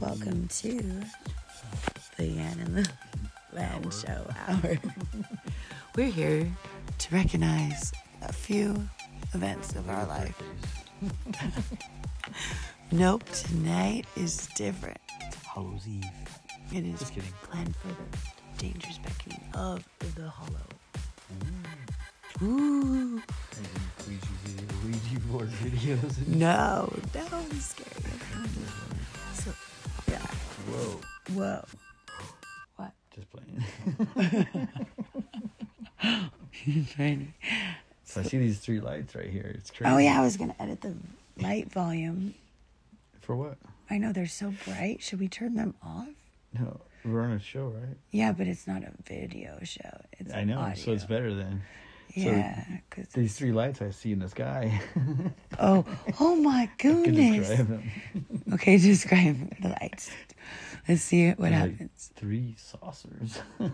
Welcome to the Yan and the Lamb Show Hour. We're here to recognize a few events of our life. nope, tonight is different. Hallows Eve. It is Just kidding. planned for the dangerous beckoning of the hollow. Mm. Ooh, And then Ouija video, Ouija board videos. no, that would be scary. So, yeah, Whoa. whoa. What? Just playing. so I see these three lights right here. It's crazy. Oh yeah, I was gonna edit the light volume. For what? I know they're so bright. Should we turn them off? No, we're on a show, right? Yeah, but it's not a video show. It's I know, so it's audio. better than Yeah, cause these three lights I see in the sky. oh oh my Can describe goodness. them. Okay, describe the lights. Let's see what They're like happens. three saucers.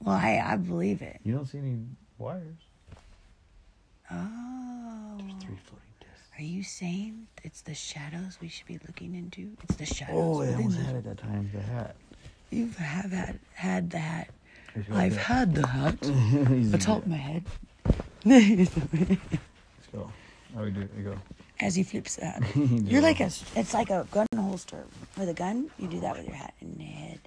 Well, I I believe it. you don't see any wires. Oh, There's three floating discs. are you saying it's the shadows we should be looking into? It's the shadows. Oh, I within almost the- had it that time. The hat. You have had had the hat. I should I've have- had the hat. Easy. Atop my head. Let's go. Oh, we do. it. We go. as he flips the hat. Yeah. You're like a, it's like a gun holster with a gun. You do that with your hat and your head.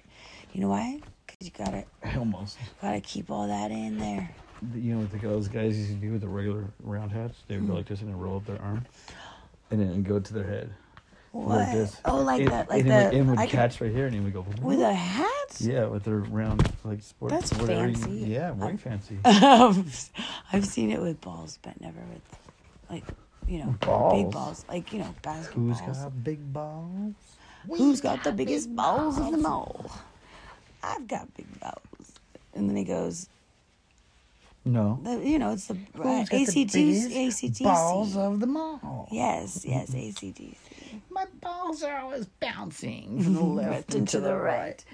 You know why? Because you gotta Almost. gotta keep all that in there. You know what the, those guys used to do with the regular round hats? They Hmm. would go like this and then roll up their arm, and then it'd go to their head. What? this. Oh, like It- that, like and It the would, it would I could- catch right here, and it would go. with a hat. yeah, with their round like sports. That's whatever you- fancy. yeah, way fancy. I've seen it with balls, but never with like you know big Balls? balls, like you know basketballs. Who's got big balls? Who's got the biggest balls of them all? I've got big balls. And then he goes, No. the, you know, it's the uh, Who's got the ACTC. biggest ACTC. Balls of them all. Yes, yes, ACDC. My balls are always bouncing from the Left left and to into the the right.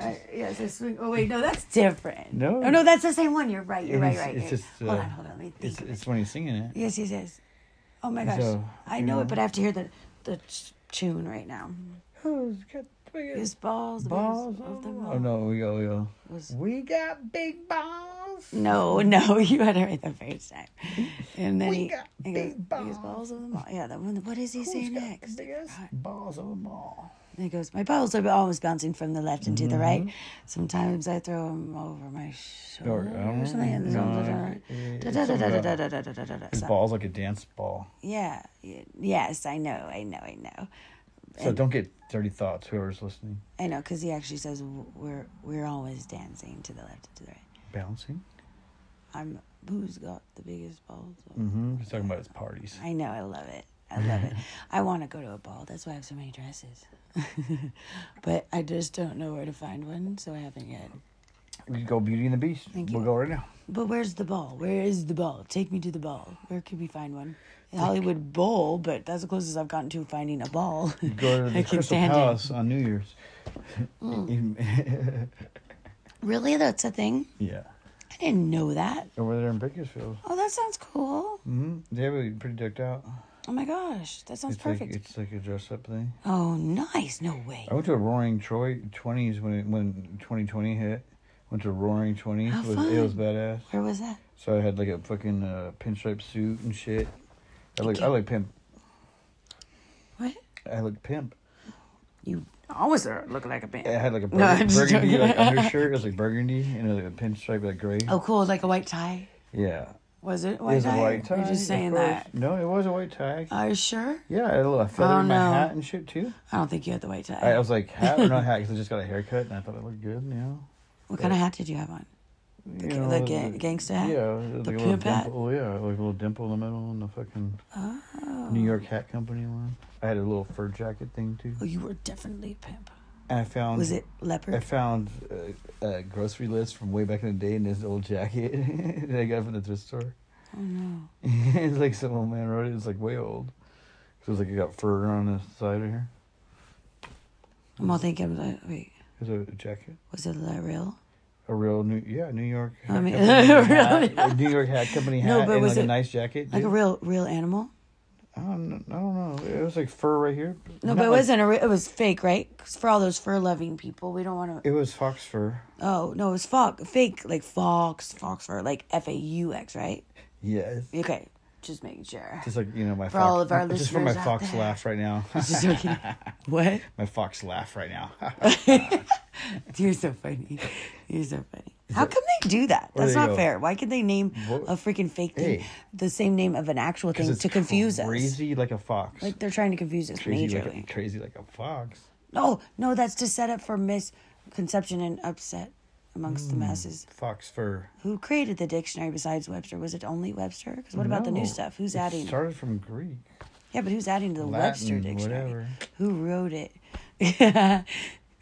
right. Uh, yes, I swing. Oh wait, no, that's different. No. oh, no, that's the same one. You're right. You're It right. is- right. it's right. just, hold uh, on, hold on. Let me think. It's it's when he's singing it. yes, yes, yes. Oh my gosh, So, I you know it, know. but I have to hear the the t- tune right now. Who's got the biggest His balls, the balls biggest of of them them all. Oh no, we go, we go. Was- We got big balls. No, no, you had it right the first time. And then We he, got he goes, big biggest balls of them all. Yeah, that one. What does he say Who's got the next? biggest Right. balls of them all. And he goes, my balls are always bouncing from the left and to the right. Mm-hmm. Sometimes I throw them over my shoulder I don't or something. and know. sometimes- Yeah, da- da- da- da- something da- da- da- da- da- da- da- His so- balls like a dance ball. Yeah. y- Yes, I know. I know. I know. So don't get dirty thoughts, whoever's listening. I know because he actually says w- we're we're always dancing to the left and to the right. Bouncing? I'm who's got the biggest balls? Mm-hmm. He's talking about his parties. I know. I love it. I love it. I want to go to a ball. That's why I have so many dresses. but I just don't know where to find one, so I haven't yet. We could go Beauty and the Beast. Thank we'll you. go right now. But where's the ball? Where is the ball? Take me to the ball. Where can we find one? Hollywood Bowl, but that's the closest I've gotten to finding a ball. We go to the I keep Crystal standing. Palace on New Year's. Mm. In- Really? That's a thing? yeah. I didn't know that. Over there in Bakersfield. Oh, that sounds cool. Mm-hmm. They have it pretty decked out. Oh my gosh, that sounds it's perfect. like Oh. it's like a dress up thing. oh, nice. No way. I went to a Roaring Troy twenties when it, when twenty twenty hit. Went to Roaring Twenties. How It was, it was fun. badass. Where was that? So I had like a fucking uh, pinstripe suit and shit. I look I Okay. look pimp. What? I look pimp. You always are- look like a I band. had like a bur- No, I'm just burgundy joking. like undershirt. It was like burgundy and like a pinstripe like gray. Oh, cool. Like a white tie. Yeah, Was it a it white was tie? a white tie. You're just of saying course. that. Uh, No, it was a white tie. Are you sure? yeah, I had a little feather Oh, in my no. hat and shit too. I don't think you had the white tie. I, I was like hat or not hat because I just got a haircut and I thought it looked good. You know, what kind of hat did you have on? you ga- know, the ga- gangsta hat? Yeah, it was The like a little pimp hat? dimple. Yeah, like a little dimple in the middle and the fucking New York Hat Company one. I had a little fur jacket thing too. Oh, you were definitely a pimp. And I found Was it I leopard? found uh, a grocery list from way back in the day in this old jacket that I got from the thrift store. Oh no. it's like some old man wrote it. It's like way old. So it was like it got fur on the side of here. I'm all thinking like, wait, It was a, a jacket. was it like real? A real New yeah New York. I Hat mean- Company hat, Really? a New York Hat Company hat No, but and was like it a nice jacket. Like a dude. real, real animal? I don't, I don't know. It was like fur right here. No, Not but it like- wasn't a. Re- it was fake, right? 'Cause for all those fur loving people, we don't want to. It was fox fur. Oh no, it was fog, fake, like fox, fox fur, like F A U X, right? Yes. Okay, just making sure. Just like you know my For fox. all of our just for my listeners out fox there. laugh right now. Just joking. what? my fox laugh right now. You're so funny. You're so funny. How come they do that? Where That's they not go? fair. Why could they name What- a freaking fake thing Hey. the same name of an actual thing to confuse us? Crazy like a fox. Like they're trying to confuse us crazy like majorly. a, crazy like a fox. No, no, that's to set up for misconception and upset amongst Hmm. the masses. Fox fur. Who created the dictionary besides Webster? Was it only Webster? Because what about the No. new stuff? Who's It adding? Started from Greek. yeah, but who's adding to the Webster Latin, dictionary? whatever. Who wrote it?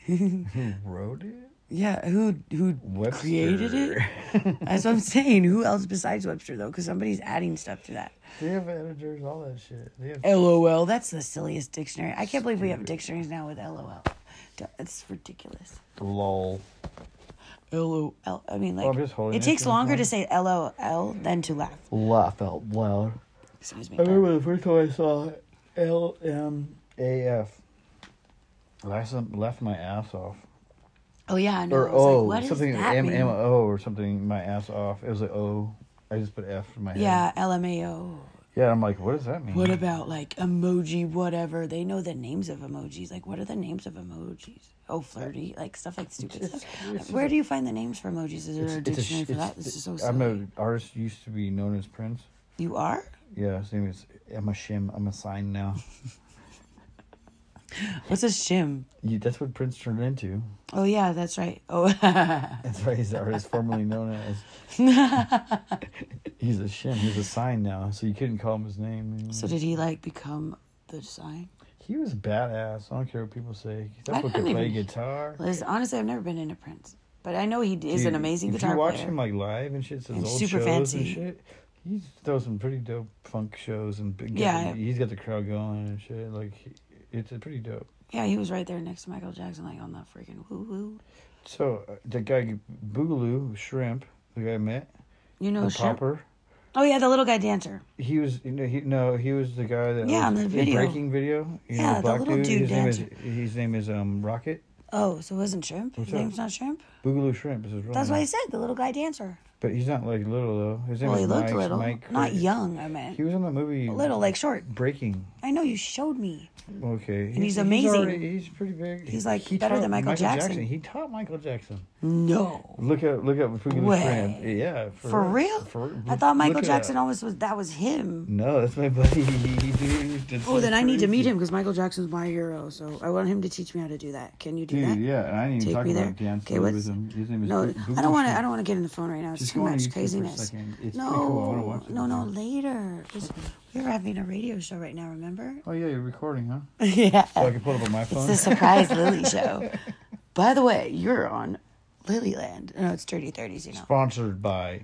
Who wrote it? yeah, who who Webster. created it? That's what I'm saying. Who else besides Webster though? Because somebody's adding stuff to that. They have editors, all that shit. They have LOL. That's the silliest dictionary. I can't believe we have dictionaries now with LOL. D- It's ridiculous. lol. LOL. I mean, like Well, I'm just holding it it takes to the longer to phone. say LOL than to laugh. Laugh out loud. Excuse me. I remember the first time I saw LMAF. Last time left my ass off. Oh yeah, I know. Or I was O, like, what does something that mean? MMO or something, my ass off. It was like O. I just put F in my head. Yeah, LMAO. Yeah, I'm like, what does that mean? What about like emoji whatever? They know the names of emojis. Like what are the names of emojis? Oh, flirty, like stuff like stupid It's- stuff. it's- Where do you find the names for emojis? Is there a It's- it's sh- dictionary for it's- that? This is so I'm silly. an artist used to be known as Prince. You are? Yeah, his name is I'm a shim. I'm a sign now. What's a shim? you, that's what Prince turned into. Oh yeah, that's right. Oh That's why he's the artist formerly known as. he's a shim. He's a sign now, so you couldn't call him his name. anymore. So did he like become the sign? He was badass. I don't care what people say. I That boy don't could play even- guitar. Liz, honestly, I've never been into Prince, but I know he d- is Dude, an amazing if guitar you watch player. him like live and shit, so his And old super shows and fancy. shit. He throws some pretty dope funk shows and big, Yeah. he's got the crowd going and shit. Like, he, it's pretty dope. yeah, he was right there next to Michael Jackson, like on that freaking woo woo. So uh, the guy Boogaloo Shrimp, the guy I met, You know, the Shrimp- popper. Oh yeah, the little guy dancer. He was, you know, he no, he was the guy that Yeah, was on the in video. breaking video. You Yeah, know, the black little dude His name is dancer. his name is um Rocket Oh, so it wasn't Shrimp. His up? name's not Shrimp. Boogaloo Shrimp is his real That's name. why I said the little guy dancer. But he's not like little though. His name Well, is he looked Mike, little, Mike not Cricket. young. I meant He was in the movie little, like short. Breaking. I know you showed me. Okay, and he's amazing. He's, already- he's pretty big. He's, like, better than taught Michael Jackson. He taught Michael Jackson. No, Look at look at Boogaloo Way. Shrimp. Yeah, for, real. For- I thought Michael look it Jackson up. always was. That was him. No, that's my buddy. Dude, that's Oh, so then I need to meet crazy. him because Michael Jackson's my hero. So I want him to teach me how to do that. Can you do Dude, that? yeah, and I didn't even Take talk me there. about dance Okay, moves what's- with him. His name is No, Boo- Boo I don't want to. Boo I don't want to get in the phone right now. It's Just too go on YouTube much for a craziness. second. It's no, pretty cool. I wanna watch it. no, no, later. 'Cause We're having a radio show right now. Remember? Oh yeah, you're recording, huh? yeah. So I can pull it up on my It's phone. the surprise Lily show. By the way, you're on Lilyland. No, it's Dirty Thirties. You know Sponsored by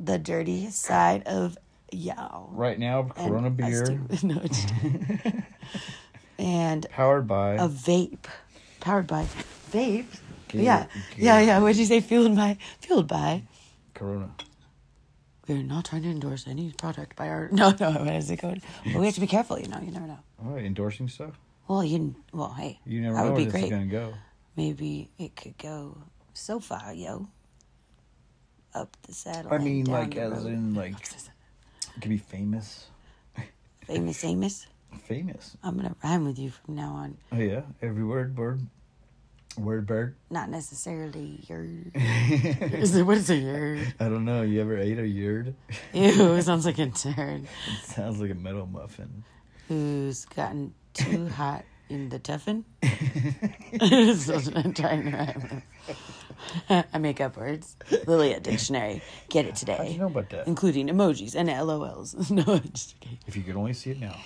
the dirty side of y'all. right now And Corona us beer, too. No, it's- and powered by a vape powered by vape. Gator- yeah, yeah, yeah. What'd you say? Fueled by, fueled by. Corona. We're not trying to endorse any product by our. No, no. What is it going? But we have to be careful. You know, you never know. All right, Oh, endorsing stuff. Well, you. Well, hey, You never that know would where be this great. is gonna go. Maybe it could go so far, yo. Up the saddle. I and mean, down like the as road. in like it could be famous. famous, famous. Famous. I'm gonna rhyme with you from now on. Oh yeah, every word, word, word, bird. Not necessarily your. is it what is it? Your. I don't know. You ever ate a yerd? Ew, it sounds like a turn. It sounds like a metal muffin. who's gotten too hot in the tuffin. That's what I'm trying to rhyme. I make up words. Lilia Dictionary. Get it today. How'd you know about that? Including emojis and LOLs. no, I'm just kidding. If you could only see it now,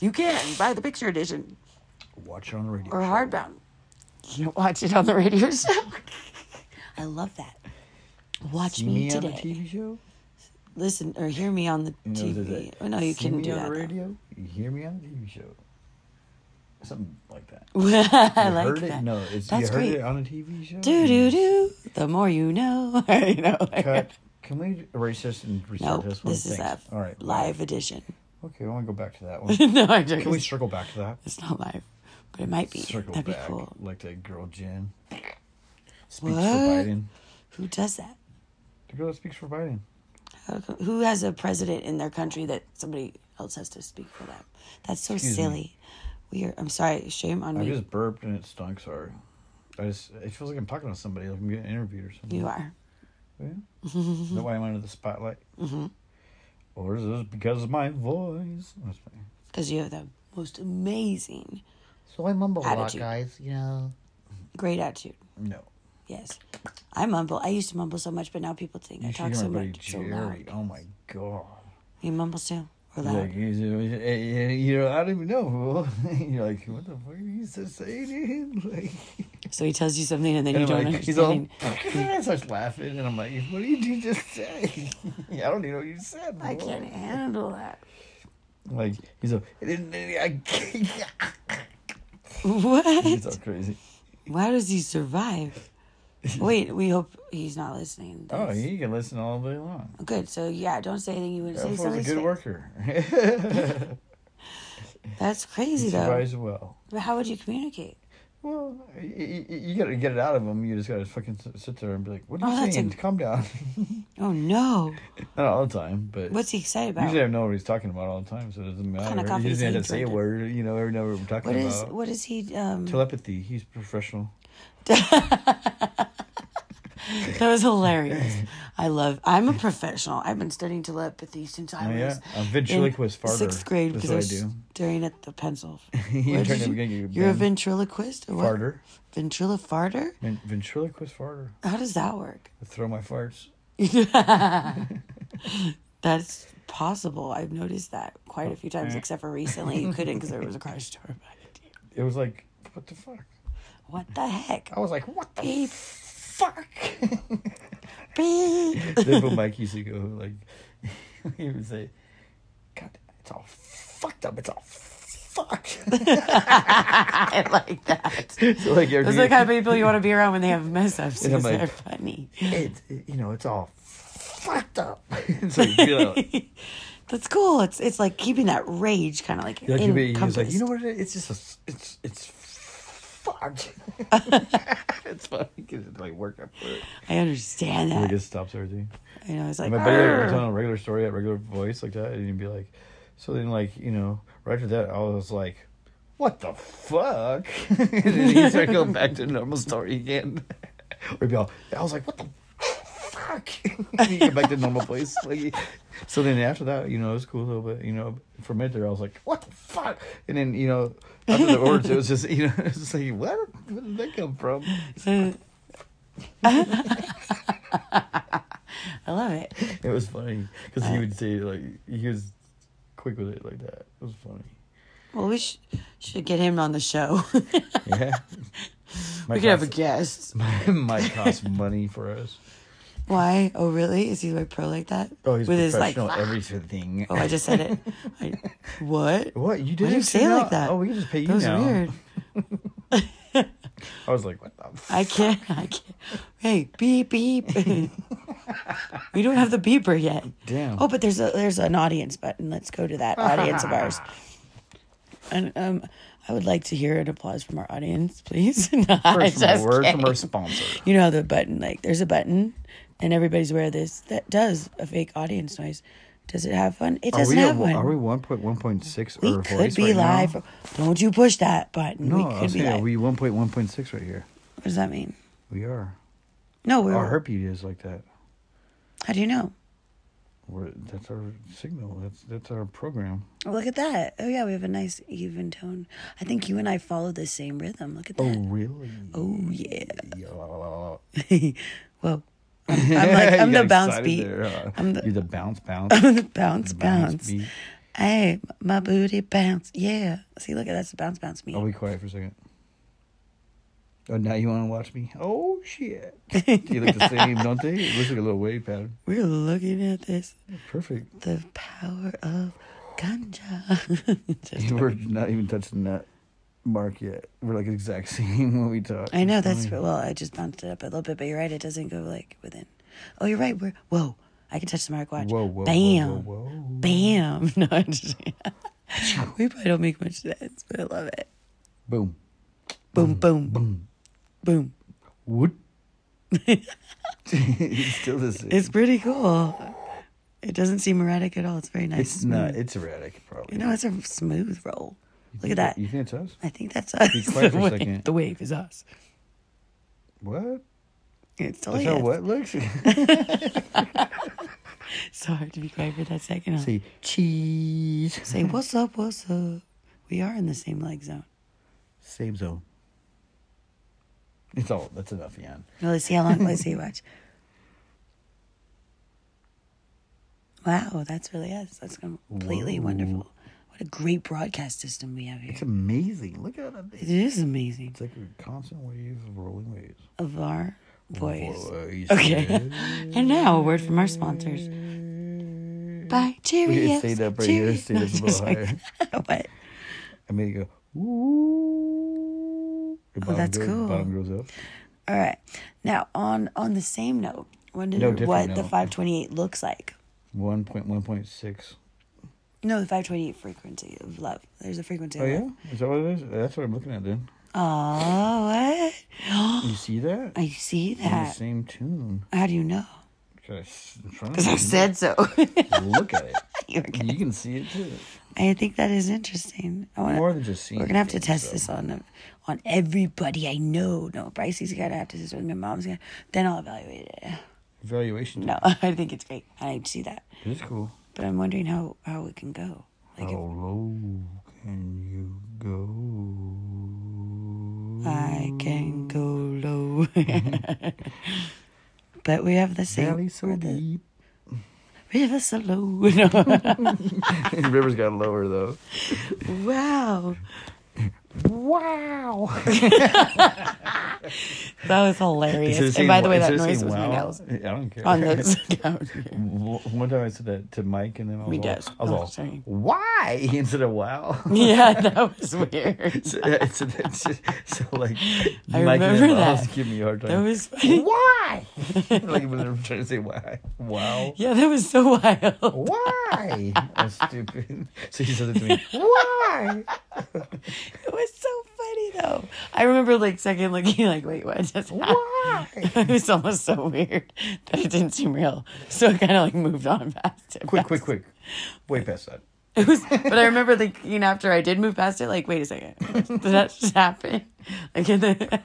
You can buy the picture edition watch it on the radio. or hardbound. You can watch it on the radio show. I love that. Watch See me, me today. on the TV show. Listen or hear me on the You know, there's TV. that, Oh, no, you "See couldn't me do on that. the though. radio. You hear me on the TV show. Something like that. I You like heard that. It? No, it's, That's you heard great. it on a TV show. do do do. The more you know, you know. like- Cut. Can we erase this and restart Nope, this one? this is a Thanks. All right. live edition. Okay, I want to go back to that one. no, I don't. Can we circle back to that? It's not live, but it might be. Circle That'd back be cool. like that girl Jen. Speaks What? for Biden. Who does that? The girl that speaks for Biden. How co- Who has a president in their country that somebody else has to speak for them? That's so Excuse me. silly. We are. I'm sorry. Shame on I me. just burped and it stunk. Sorry. I just it feels like I'm talking to somebody, like I'm getting interviewed or something. you are. Yeah. Is that why I'm under the spotlight? Mm-hmm. Or is this because of my voice? That's funny. Because you have the most amazing, So I mumble a lot, Attitude. guys. You know, great attitude. No. Yes. I mumble. I used to mumble so much, but now people think I You should talk hear so my buddy much. So Jerry. loud. oh my god. He mumbles too? Or loud? Like, he's- he's- eh, eh, you know, I don't even know. You're like, what the fuck are you so saying? dude?" Like, So he tells you something and then you and don't I'm like, he's all, understand. and I starts laughing, and I'm like, what did you just say? I don't even know what you said. I bro." can't handle that. Like, he's all, "I didn't- I can't." he's all What? crazy. Why does he survive? Wait, we hope he's not listening. to Oh, this. he can listen all day long. Good. So yeah, don't say anything you wouldn't That say. was a something. good worker. That's he crazy though. survives well. But how would you communicate? Well, you, you gotta get it out of him. You just gotta fucking s- sit there and be like, "What are Oh, you that's saying? a- Calm down." Oh no! Not all the time, but What's he excited about? usually I know what he's talking about all the time, so it doesn't matter. kinda coffee he is doesn't he have to say a drinking? word. You know, every know what we're talking What is about. what is he? Um, Telepathy. He's professional. that was hilarious. I love. I'm a professional. I've been studying telepathy since I Oh, was yeah. A in ventriloquist farter. sixth grade That's because what I I was do. staring at the pencil. You Where turned did to you- get your You're a brain ventriloquist or what? farter. Ventrilo farter? Ven- ventriloquist farter. How does that work? I throw my farts. That's possible. I've noticed that quite a few times, except for recently. You couldn't because there was a crash to our back. It was like, what the fuck? What the heck? I was like, what the Beep. fuck? Beep. That's what Mike used to go like. He would say, "God, it's all fucked up. It's all fucked." I like that. so like every Those are the kind of people you want to be around when they have mess ups. And I'm Because like- they're funny. it's it- you know it's all fucked up. so you know, That's cool. It's it's like keeping that rage kind of like, like you be, he's encompassed. like, you know what? It is? It's just a, s- it's it's fucked. it's funny because it's like work up for it. I understand Like that. it stops everything. You know, it's like, My buddy like, "Arr." was telling a regular story at regular voice like that, and he'd be like, so then like you know right after that I was like. What the fuck? and then he started going back to normal story again. or be all, I was like, what the fuck? and he get back to normal voice. Like, he- so then after that, you know, it was cool though, but you know, for a minute there, I was like, what the fuck? And then, you know, after the words, it was just, you know, it's just like, what? Where did that come from? I love it. It was funny because Uh, he would say like he was quick with it like that. It was funny. Well, we sh- should get him on the show. Yeah. we could have a guest. might cost money for us. Why? Oh, really? Is he like pro like that? Oh, he's With his like, professional everything. oh, I just said it. I, what? What you did? Why do you it too say it like now? that? Oh, we can just pay you That was now. weird. I was like, what the? F-? I can't. I can't. Hey, beep beep. we don't have the beeper yet. Damn. Oh, but there's a there's an audience button. Let's go to that audience of ours. And um, I would like to hear an applause from our audience, please. no, I First from a just word from our kidding. sponsor. You know how the button like there's a button, and everybody's aware of this that does a fake audience noise. Does it have one? It Are doesn't we, have at, one. are we one point one point six we or could voice be right live. Now? Don't you push that button? No, we I could was be saying, live. are we one point one point six right here? What does that mean? We are. No, we're. Our heartbeat is like that. How do you know? We're, that's our signal. That's that's our program. Oh, Look at that. Oh, yeah, we have a nice even tone. I think you and I follow the same rhythm. Look at Oh that. really? Oh, yeah. Yeah. Whoa. I'm, I'm like, I'm You the got bounce excited beat. there, huh? I'm the- You're the bounce, bounce. I'm the bounce, bounce bounce. beat. Hey, my booty bounce. Yeah. See, look at that's the bounce, bounce me. I'll be quiet for a second. Oh, now you want to watch me? Oh, shit. you look the same, don't they? It looks like a little wave pattern. We're looking at this. Perfect. The power of ganja. Just- We're not even touching that mark yet. We're like exact same when we talk. I know It's that's funny. well. I just bounced it up a little bit, but you're right. It doesn't go like within. Oh, you're right. We're whoa. I can touch the microwatch. Whoa, whoa, Bam. whoa, whoa, whoa. Bam. No, I'm just We probably don't make much sense, but I love it. Boom. Boom, boom, boom, boom. Wood. it's still the same. It's pretty cool. It doesn't seem erratic at all. It's very nice. It's not. It's erratic, probably. You know, it's a smooth roll. Look at that. You think it's us? I think that's us. the, quiet for a wave, second. the wave is us. What? It's That's totally how us. what looks. So hard to be quiet for that second. huh? Say cheese. Say, what's up, what's up? We are in the same leg zone. Same zone. It's all. That's enough, Ian. Now let's see how long, let's see, watch. Wow, that's really us. That's completely wonderful. What a great broadcast system we have here. It's amazing. Look at it. It is amazing. It's like a constant wave of rolling waves. Of our voice. Voices. Okay. and now a word from our sponsors. Bye. We Cheerios. could say that right here. Cheerios. Say No, this a just little like- higher. what? I made it go. Ooh. Your Oh, bottom that's goes, cool. Bottom goes up. All right. Now on on the same note, wonder No, different what the note. 528 looks like. One point one point six. No, the 528 frequency of love. There's a frequency. Oh of yeah, love. is that what it is? That's what I'm looking at. Then Oh what? you see that? I see On the that. same tune. How do you know? Should I s- in front of Because I you? said so. Look at it. You're good. You can see it too. I think that is interesting. I want More than just seeing. We're gonna have to things, test so. this on on everybody I know. No, Brycey's gotta have to do this with my mom's gonna. Then I'll evaluate it. Evaluation. No, I think it's great. I see that, It's cool. but I'm wondering how how it can go. Like How low can you go? if I can go low, Mm-hmm. but we have the same. Valley so we're the- deep. River so low. No. River's got lower though. wow, Wow. that was Instead of hilarious. saying And by the wa- way, that instead of noise saying was my wow, nails I don't care. on those down here. W- One time I said that to Mike, and then I was We all, did. I was Oh, all, sorry. why? Instead of wow. Yeah, that was weird. so, it's, it's just, so like, I Mike and remember him always that. give me a hard That time. was funny. why? like when I'm trying to say why. Wow. Yeah, that was so wild. Why? I'm stupid. So he says it to me. Why? It was so funny though. I remember like second looking like, wait, what just Why? happened? It was almost so weird that it didn't seem real. So it kind of like moved on past it. Quick, quick, quick. Way past that. It was, but I remember thinking after I did move past it, like, wait a second, did that just happen? Like, in the,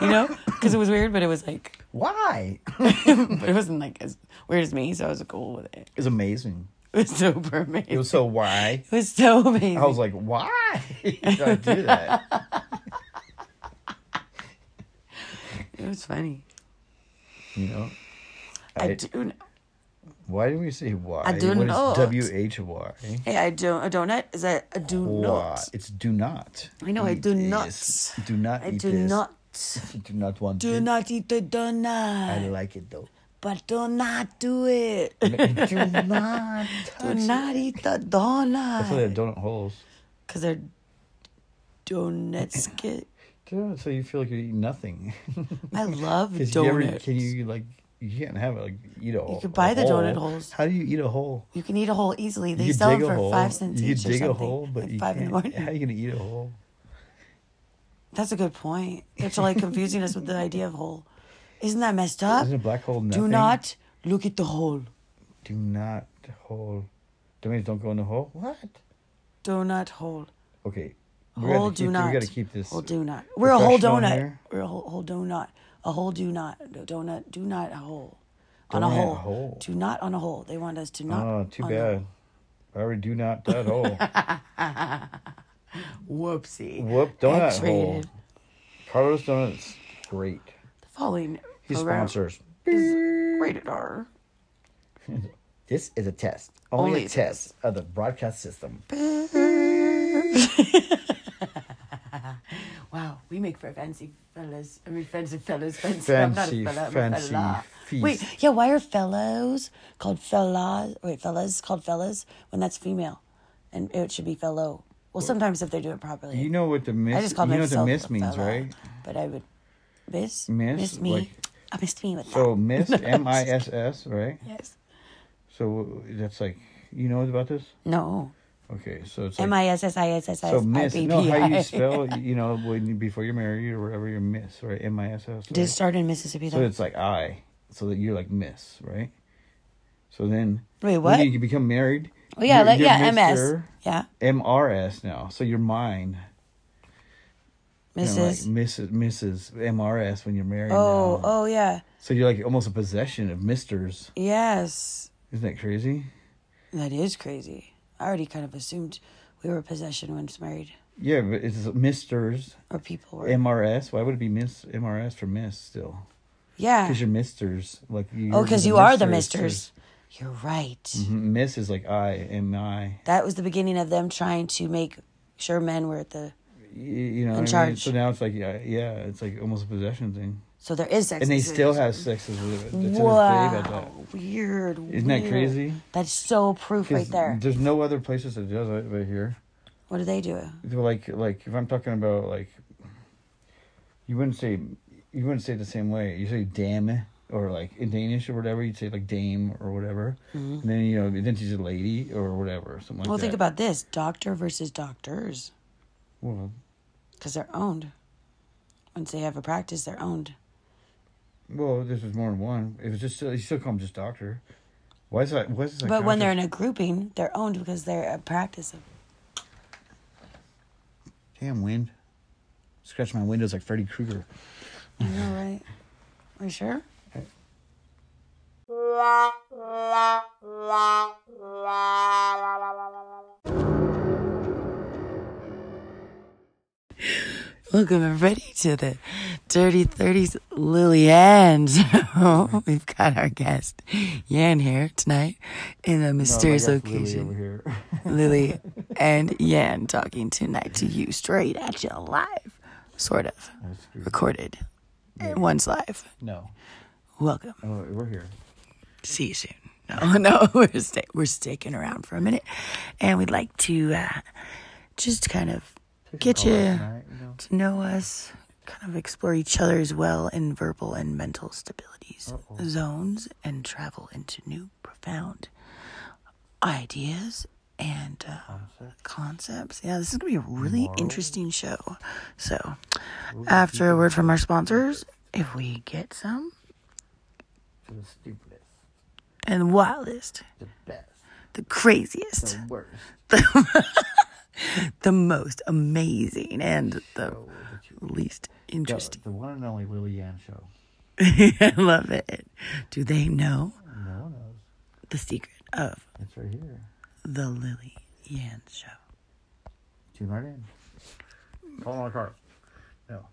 you know, because it was weird, but it was like, Why? but it wasn't like as weird as me, so I was cool with it. It's amazing. It was super amazing. It was so why. so amazing. I was like, why did I do that? it was funny. You know? I, I- do. kn- Why do we say why? I do What is not. W-H-Y? Hey, I do a donut. Is that a do Why? not? It's do not. I know, I eat do this. not. Do not I eat do this. not. Do not want Do this. not eat the I donut. like it though. But do not do it. do not do touch not eat the That's why they have donut. donut holes. Because they're donuts. Get, Yeah, so you feel like you're eating nothing. I love 'Cause you ever- donuts. can you like you can't have it like eat a hole. could buy a the donut holes. How do you eat a hole? You can eat a hole easily. They you sell dig them a for hole. five cents You each or dig a something. hole, but at you 5 in the can't- morning. How are you gonna eat a hole? That's a good point. They're like confusing us with the idea of hole. Isn't that messed up? Isn't a black hole nothing? Do not look at the hole. Do not hole. That means don't go in the hole. What? Donut hole. Okay. We gotta Whole keep, do not. We gotta keep this. Whole do not. We're a whole professional donut. here. We're a whole, whole donut. A whole do not. A donut. Do not a hole. On a Donut hole. hole. Do not on a hole. They want us to not. Oh, too on a- bad. I already do not that hole. Whoopsie. Whoop donut hole. X-rated. Carlos Donuts, great. The following He program sponsors. is rated R. This is a test. Only, Only a a test of the broadcast system. Wow, we make for fancy fellas. I mean, fancy fellas. Fancy, Fancy, I'm not a fella, I'm fancy a fella. feast. Wait, yeah, why are fellows called fellas? Wait, fellas called fellas when that's female, and it should be fellow. Well, sometimes if they do it properly, You know what the miss? I just called you know what myself the miss a means, fella, right? But I would miss Miss, miss me. like- I missed me with So that. miss M I S S, right? Yes, So that's like you know about this? No. Okay, so it's like, M I S S I S S so S I miss. B No, P how you I. spell? You know, when you, before you're married or whatever, you're miss right? M I S S. Did start in Mississippi So though. it's like I, so that you're like miss, right? So then Wait, when what? you become married. Oh yeah, you're- like you're yeah, MS. Mr. Yeah, MRS now, so you're mine. You know, Mrs. like Mrs. Mrs. MRS when you're married. Oh, now. oh yeah, So you're like almost a possession of misters. yes. Isn't that crazy? That is crazy. I already kind of assumed we were possession when it's married, Yeah, but it's misters. or people were. MRS. Why would it be miss MRS for miss still? yeah. Because you're misters. Like you're Oh, because the you are the misters. misters. You're right. Mhm, Miss is like I am I. That was the beginning of them trying to make sure men were at the. Y- You know. what I mean? charge. So now it's like yeah, yeah, it's like almost a possession thing. So there is sex. And they disease. still have sexes with it to this day about that. Wow. Weird. Isn't that weird. crazy? That's so proof 'Cause right there. There's no other places that does it but here. What do they do? like like if I'm talking about like you wouldn't say you wouldn't say it the same way. You say dame or like in Danish or whatever, you'd say like dame or whatever. And then you know then she's a lady or whatever, something like Mm-hmm. well, that. think about this doctor versus doctors, well, because they're owned. Once they have a practice, they're owned. well, this is more than one. If it's just you still call them just doctor. Why is that? Why is that? But when they're in a grouping, they're owned because they're a practice of. damn wind, scratch my windows like Freddy Krueger. You know, right? Are you sure? Welcome everybody to the Dirty Thirties Lily Ann. So we've got our guest Yan here tonight in a mysterious Oh location. over here. Lily and Yan talking tonight to you straight at you live, sort of recorded. And one's live. no, Welcome. oh, we're here. See you soon. No, no, we're sta- we're sticking around for a minute, and we'd like to uh, just kind of get you tonight, you know? to know us, kind of explore each other's well in verbal and mental stabilities zones, and travel into new profound ideas and uh, concepts. Yeah, this is gonna be a really interesting show. So, after a word from our sponsors, if we get some The stupidest, and wildest. the best, the craziest, worst. the most amazing, and the show that you- least Yeah, interesting. The one and only Lily Ann show. I love it. Do they know No one knows. the secret of It's right here. the Lily Yan show? Tune right in. Call my car. No.